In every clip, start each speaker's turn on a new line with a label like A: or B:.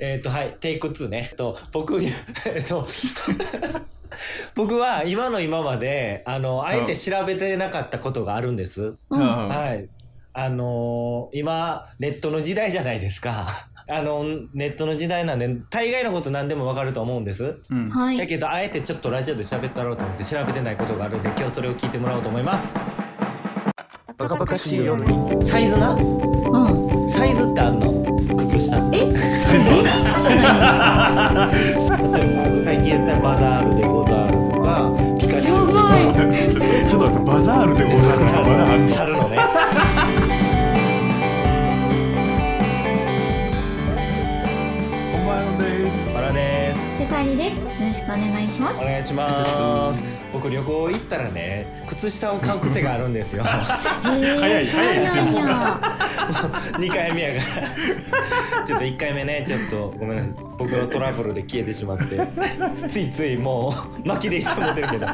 A: えっ、と、はい、テイク2ね。えっと、僕、 えっと、僕は今の今まで、あの、あえて調べてなかったことがあるんです。
B: うん
C: うん
A: はい。あのー今、ネットの時代じゃないですか。 あの、ネットの時代なんで、大概のこと何でもわかると思うんです。
C: うん
B: はい。
A: だけど、あえてちょっとラジオで喋ったろうと思って調べてないことがあるんで、今日それを聞いてもらおうと思います。
C: バカバカしいよ
A: サイズな
B: うん。
A: サイズってあんの靴下って。
B: え、サイズ？
A: 例えば、最近やったらバザールでござるとか、ピカチュウと
B: や
A: か。
B: ば
C: ちょっと待ってバザールでござるのまだあんの
A: 猿のね。
C: お前のです
A: バラです。
B: セカリです。よろしくお願いしま
A: お願いします。 僕旅行行ったらね、靴下を買う癖があるんですよ。
B: す。へー
C: 早い早い
B: そうなんや。
A: 二回目やから。ちょっと一回目ね、ちょっとごめんなさい。僕のトラブルで消えてしまって、ついついもう巻きでいってもってる けど。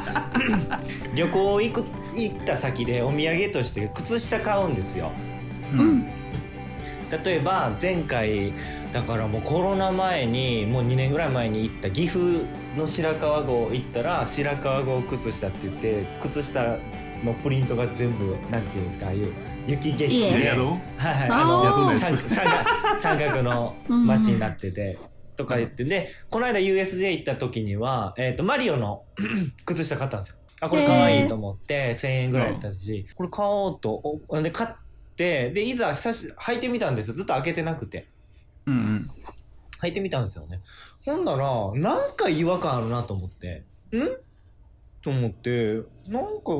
A: 旅行行く行った先でお土産として靴下買うんですよ。
B: うん。
A: 例えば前回だからもうコロナ前にもう2年ぐらい前に行った岐阜の白川郷行ったら白川郷靴下って言って靴下のプリントが全部なんていうんですかああいう雪景色
B: いい
A: で、
C: や
A: はい
C: ど
A: はい、
B: あー
A: あの
C: 宿のやつ
A: 三三角三角の街になってて。とか言ってでこの間 USJ 行った時には、えー、とマリオの 靴下買ったんですよあこれ可愛いと思って1000円ぐらいだったし、これ買おうとおで買ってでいざ久し履いてみたんですよずっと開けてなくて
C: うんうん
A: 履いてみたんですよねほんならなんか違和感あるなと思ってんと思ってなんか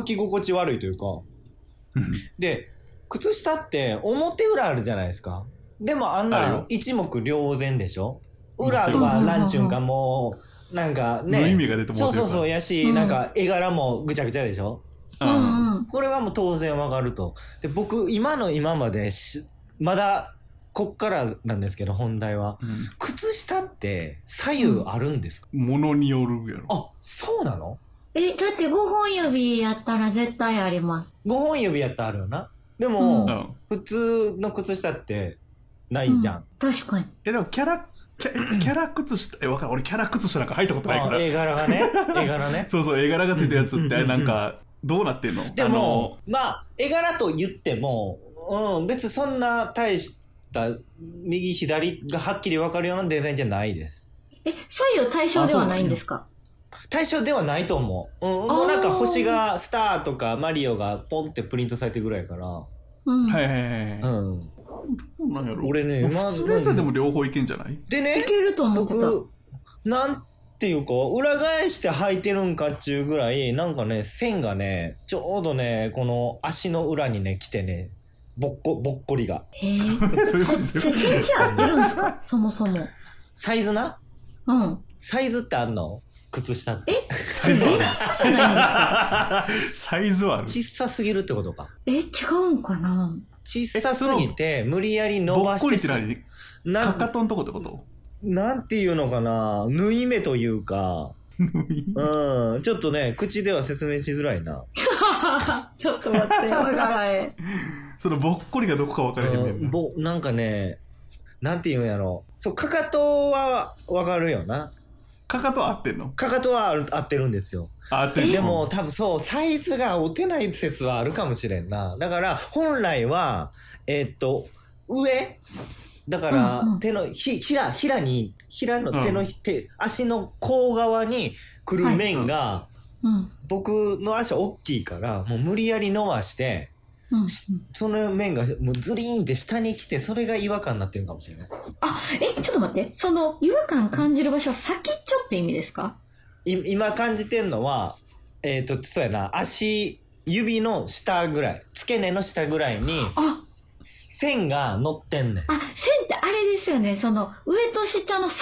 A: 履き心地悪いというかで靴下って表裏あるじゃないですかでもあん
C: あ
A: な
C: る
A: の
C: よ
A: 一目瞭然でしょ
C: もち
A: 裏
C: ろん
A: はなんちゅうんかもうなんか
C: の意
A: ね
C: 味が出ても
A: そう
C: て
A: そ
C: る
A: うそうやし、
B: うん
A: なんか絵柄もぐちゃぐちゃでしょ
B: う
C: うん
B: んうん。
A: これはもう当然わかるとで僕今の今までしまだこっからなんですけど本題は靴下って左右あるんですか、
C: ものによるやろ
A: あそうなの
B: え、だって五本指やったら絶対あります。
A: ?5 本指やったらあるよなでも、
B: う
C: うん
A: 普通の靴下ってないじゃん、
B: 確かに。
C: えでもキャラキャキャラ靴下えわかる俺キャラ靴下なんか入ったことないか
A: あ
C: ら
A: 絵柄が ね絵柄ね
C: そうそう絵柄がついたやつっ
A: うんうんう
C: て
A: ん
C: なんかどうなってんの
A: で
C: あの
A: もまあ絵柄と言っても、うん、別にそんな大した右左がはっきり分かるようなデザインじゃないです
B: え、左右対称ではないんですか？
A: 対象ではないと思う、うん、
B: あー
A: もうなんか星がスターとかマリオがポンってプリントされてるぐらいやから、
B: うん。
C: はいいはいはいは
A: うん、
C: いなんやろ
A: 俺ねま
C: まあ
A: あ
C: 普通のやつはでも両方いけんじゃない
A: でね
B: けると思ってた。
A: 僕なんていうか裏返して履いてるんかっちゅうぐらいなんかね線がねちょうどねこの足の裏にね来てねぼっこぼっこりが
B: へー
C: どういうことどう いう
B: え。セ
C: こと
B: ンチ合ってるんですか？そもそも。
A: サイズな
B: うん。
A: サイズってあんの靴下って
B: え、
C: サイズはあるサイズはある
A: 小さすぎるってことか
B: え、違うんかな？
A: 小さすぎて無理やり伸
C: ぼ
A: ば
C: っこ
A: し
C: り
A: て
C: って何
A: な
C: か
A: ん
C: かとんとこってこと
A: なんていうのかな縫い目というかうんちょっとね口では説明しづらいな、
B: ちょっと待って、わからへん。
C: そのぼっこりがどこか分からへんね
A: うんん、
C: な
A: ぼなんかねなんていうんやろそうかかとはわかるよな
C: かかと合ってんの
A: かかとはある合ってるんですよ
C: あ合ってんの
A: でも多分そうサイズが合うてない説はあるかもしれんなだから本来はえーっと上だから、
B: うんうん
A: 手のひひらひらにひらの手のひ、手足の甲側に来る面が、
B: うん。
A: 僕の足は大きいからもう無理やり伸ばして
B: うん。
A: その面がもうズリーンって下に来てそれが違和感になってるかもしれない
B: あ、え、ちょっと待って。その、違和感感じる場所は先っちょって意味ですか
A: い今感じてんのはえっ、とそうやな足指の下ぐらい付け根の下ぐらいに
B: あ、
A: 線が乗ってんねん
B: あ、線ってあれですよね。その、上と下の境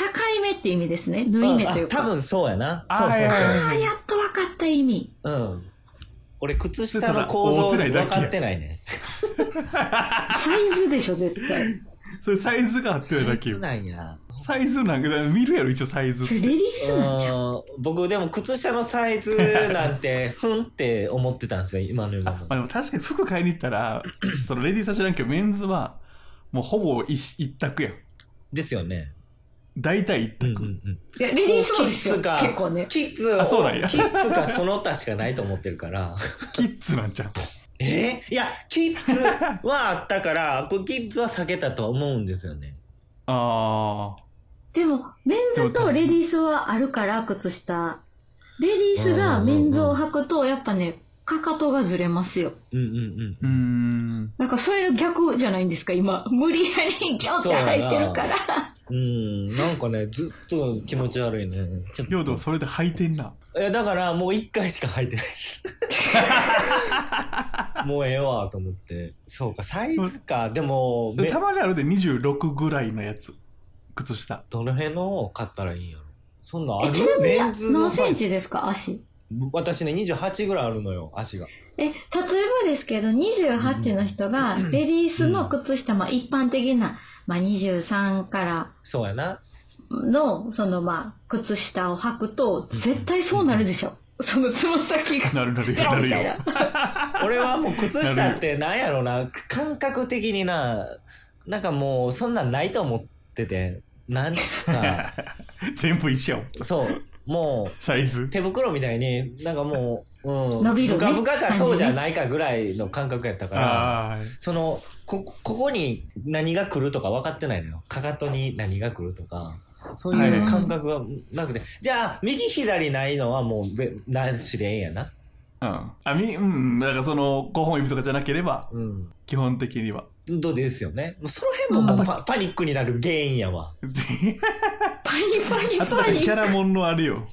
B: 目って意味ですね。縫い目という
A: あ多
B: か。
A: 分そうやな
C: あ
A: そうそう
C: はいはい
A: そ
B: ああ、やっと分かった意味。
A: ううん俺靴下の構造
C: それ
A: 分
C: ただ覆ってないだけや
A: かってないね
B: サイズでしょ、絶対。
C: それサイズが合ってるだけ
A: 靴
C: よ
A: なんや
C: サイズなんか見るやろ一応サイズっ
B: それ
C: て
B: レディースなんじゃん。
A: うん僕でも靴下のサイズなんて ふんって思ってたんですよ今の今
C: あ
A: も
C: まあでも確かに服買いに行ったらそのレディースは知らんけどメンズはもうほぼ一一択やん
A: ですよね。
C: 大体一
A: うんう
C: 択。
A: んうん。
B: いや、リリースもですよ。
A: キッズか
B: 結構ね。
A: キッズを
C: あそうなんや
A: キッズかその他しかないと思ってる から。
C: キッズなんちゃう。
A: えーいや、キッズはあった から、これキッズは避けたとは思うんですよね。
C: あ
B: でも、メンズとレディースはあるから、靴下。レディースがメンズを履くと、やっぱね、かかとがずれますよ。
A: うんうんうん。
C: ー。うーん。
B: なんかそれの逆じゃないんですか、今。無理やりギョって履いてるから。
A: うん、なんかね、ずっと気持ち悪いね。ちょっ
C: 領
A: と
C: 土それで履いてんな。
A: いやだからもう一回しか履いてない です。もうええわと思って。そうか、サイズか。でも、め
C: たまにあるで26ぐらいのやつ。靴下。
A: どの辺のを買ったらいいんやろ。そんなんあ
B: え、ちな
A: る
B: みに
A: メ
B: 何
A: ンズのサ
B: セ
A: イ
B: ン
A: ズ。
B: チですか、足。
A: 私ね、28ぐらいあるのよ、足が。
B: え、例えばですけど、28の人が、レディースの靴下、まあ一般的な、まあ23から
A: そうやな。
B: の、そのまあ、靴下を履くと、絶対そうなるでしょ。そのつま先が、
C: なるなる
B: ペ
C: よ、
B: ロ
C: な
B: ン
C: る
B: みたい
C: よ
B: な。。
A: 俺はもう靴下ってなんやろな、感覚的にな、なんかもうそんなんないと思ってて、なんか、
C: 全部一緒やもん。
A: そう、も
C: サイズ
A: う。手袋みたいになんかもう、うん、
B: 伸びるね
A: ブカブカかそうじゃないかぐらいの感覚やったから、
C: ああ。
A: その、こ、ここに何が来るとか分かってないのよ。かかとに何が来るとか。そういう感覚がなくて。じゃあ、右左ないのはもうべ、なしでええんやな。
C: うん。あ、み、うん。だからその、5本指とかじゃなければ、
A: うん。
C: 基本的には。
A: どうですよね。もうその辺もパ,、パニックになる原因やわ。
B: パニパニ
C: あとなん
B: パ
C: か
B: ニ。
C: キャラモンのあれよ。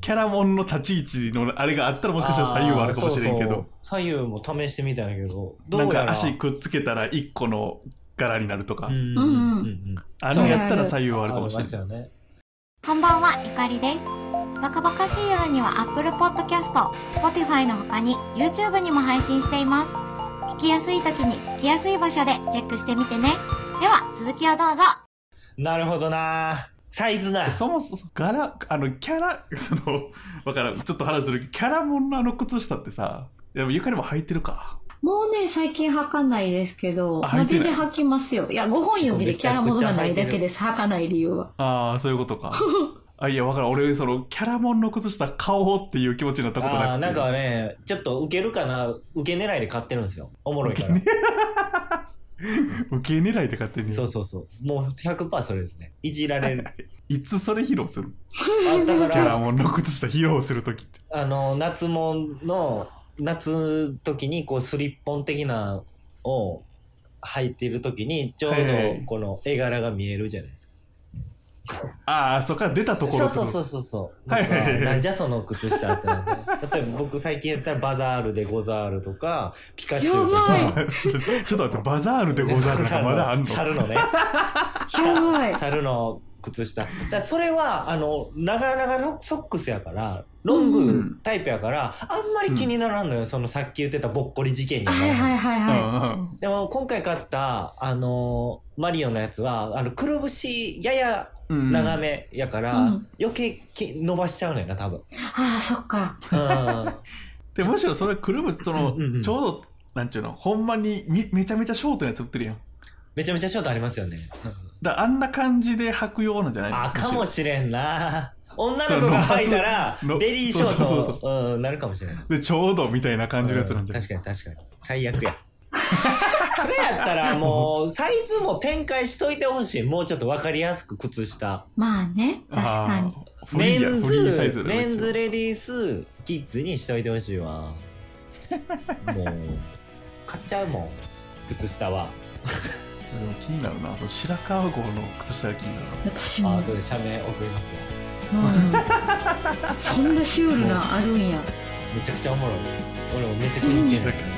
C: キャラモンの立ち位置のあれがあったらもしかしたら左右はあるかもしれんけ
A: そう
C: ど、
A: そう左右も試してみたんやけど、どう
C: なん
A: やら。
C: か足くっつけたら1個の柄になるとか、
A: うんうんうんうん。
C: あのやったら左右はあるかもし
A: あり
C: れ
A: ます
C: ない。
A: よね。
D: こんばんは、ゆかりです。バカバカしい夜には Apple Podcast、Spotify の他に YouTube にも配信しています。聞きやすい時に聞きやすい場所でチェックしてみてね。では、続きをどうぞ。
A: なるほどなサイズな。
C: そもそも柄、あのキャラ、 その、わからん、ちょっと話するけど、キャラモンのあの靴下ってさ、でもゆかりも履いてるか。
B: もうね、最近履かないですけど、
C: あ履
B: マ
C: いて
B: ジ
C: ない
B: で履きますよ。いや、5本指でキャラモンがないだけです。履かない理由は。
C: ああ、そういうこと か。あ、いや、わからん。俺、その、キャラモンの靴下買おうっていう気持ちになったことなく
A: あー
C: て。
A: なんかね、ちょっと受けるかな、受け狙いで買ってるんですよ。おもろいから。
C: 受け狙いで買ってんねん
A: そうそうそう。もう100%それですね。いじられ る。
C: いつそれ披露する
A: あだか
C: キャラ
A: ら、
C: モンの靴下披露するときって。
A: あの、夏もんの、夏時にこうスリッポン的なを履いてる時に、ちょうどこの絵柄が見えるじゃないですか。
C: ああ、そこから出たとこ
A: そ
C: ろ。
A: うそうそううそうそう。
C: は
A: ないんか
C: はいはい
A: なんじゃその靴下ってなって。例えば僕最近やったらバザールでゴザールとか、ピカチュウとか。
B: やば
C: ちょっと待って、バザールでござるのまだあんの
A: 猿のね。
B: や ばい。
A: 猿の靴下。だからそれは、あの、長々ソックスやから、ロングタイプやから、あんまり気にならんのよ。そのさっき言ってたぼっこり事件にはな
B: はい
A: ら
B: は
A: ないい。
B: はいうは
C: んうん
A: でも今回買った、あのマリオのやつは、あの、くるぶしやや
C: うん
A: 長めやから、
B: うん
A: 余計き伸ばしちゃうのよな、多分。
B: い。ああ、そっか。
A: うん。
C: で、むしろそれくるぶし、その、
A: うんうんうん
C: ちょうど、なんちゅうの、ほんまにみめちゃめちゃショートなやつ売ってるやん。
A: めちゃめちゃショートありますよね。
C: だあんな感じで履くようなんじゃないの
A: あ、かもしれんな。女
C: そ
A: の
C: う
A: 子
C: 伸
A: が
C: ばす
A: 履いたら、
C: の
A: ベリーショ
C: そうそう
A: ー
C: そう
A: ト、うん、なるかもしれない。
C: で、ちょうどみたいな感じのやつなんじゃない、
A: 確かに確かに。最悪や。 それやったらもう、サイズも展開しといてほしい。もうちょっとわかりやすく靴下。
B: まあね、確か
C: あ
B: に。
C: あ、フリ
A: メ
C: ーや、フ
A: ン
C: リーサイ
A: ズ
C: ズ、
A: メンズレディース、キッズにしといてほしいわ。もう、買っちゃうもん。靴下は。
C: でも気になるな、その白川郷の靴下が気になるな。
B: 私
A: あ
B: も。う
A: ー、
B: ん
A: どうで社名送りますよ。
B: そんなシュールなあるんや。
A: めちゃくちゃおもろい。俺もめっちゃ気に入って
C: 白
A: る。うん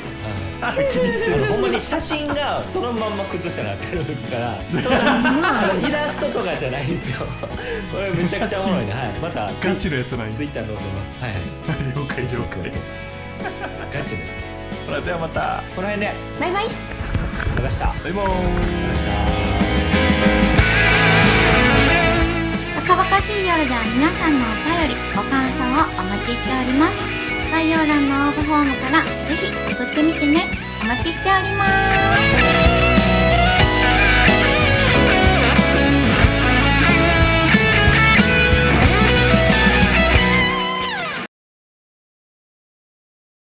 C: 川郷あ、気に入って
A: あ
C: る。
A: のほんまに写真がそのまんま靴下になってるからそん
B: まあ
A: なあのイラストとかじゃないんですよ これめちゃくちゃおもろいね、はい、また
C: ガチのやつなんや。
A: ツイッター載せますはい、はい、
C: 了解
A: そう
C: 了
A: そう
C: 解
A: そう。ガチね
C: ほら、ではまた。
A: この辺で
D: バイバイ。
A: またしたま
C: バイバーイ
A: た。した
D: バカバカしい夜では皆さんのお便り、ご感想をお待ちしております。概要欄の応募フォームからぜひ送ってみてね。お待ちしております。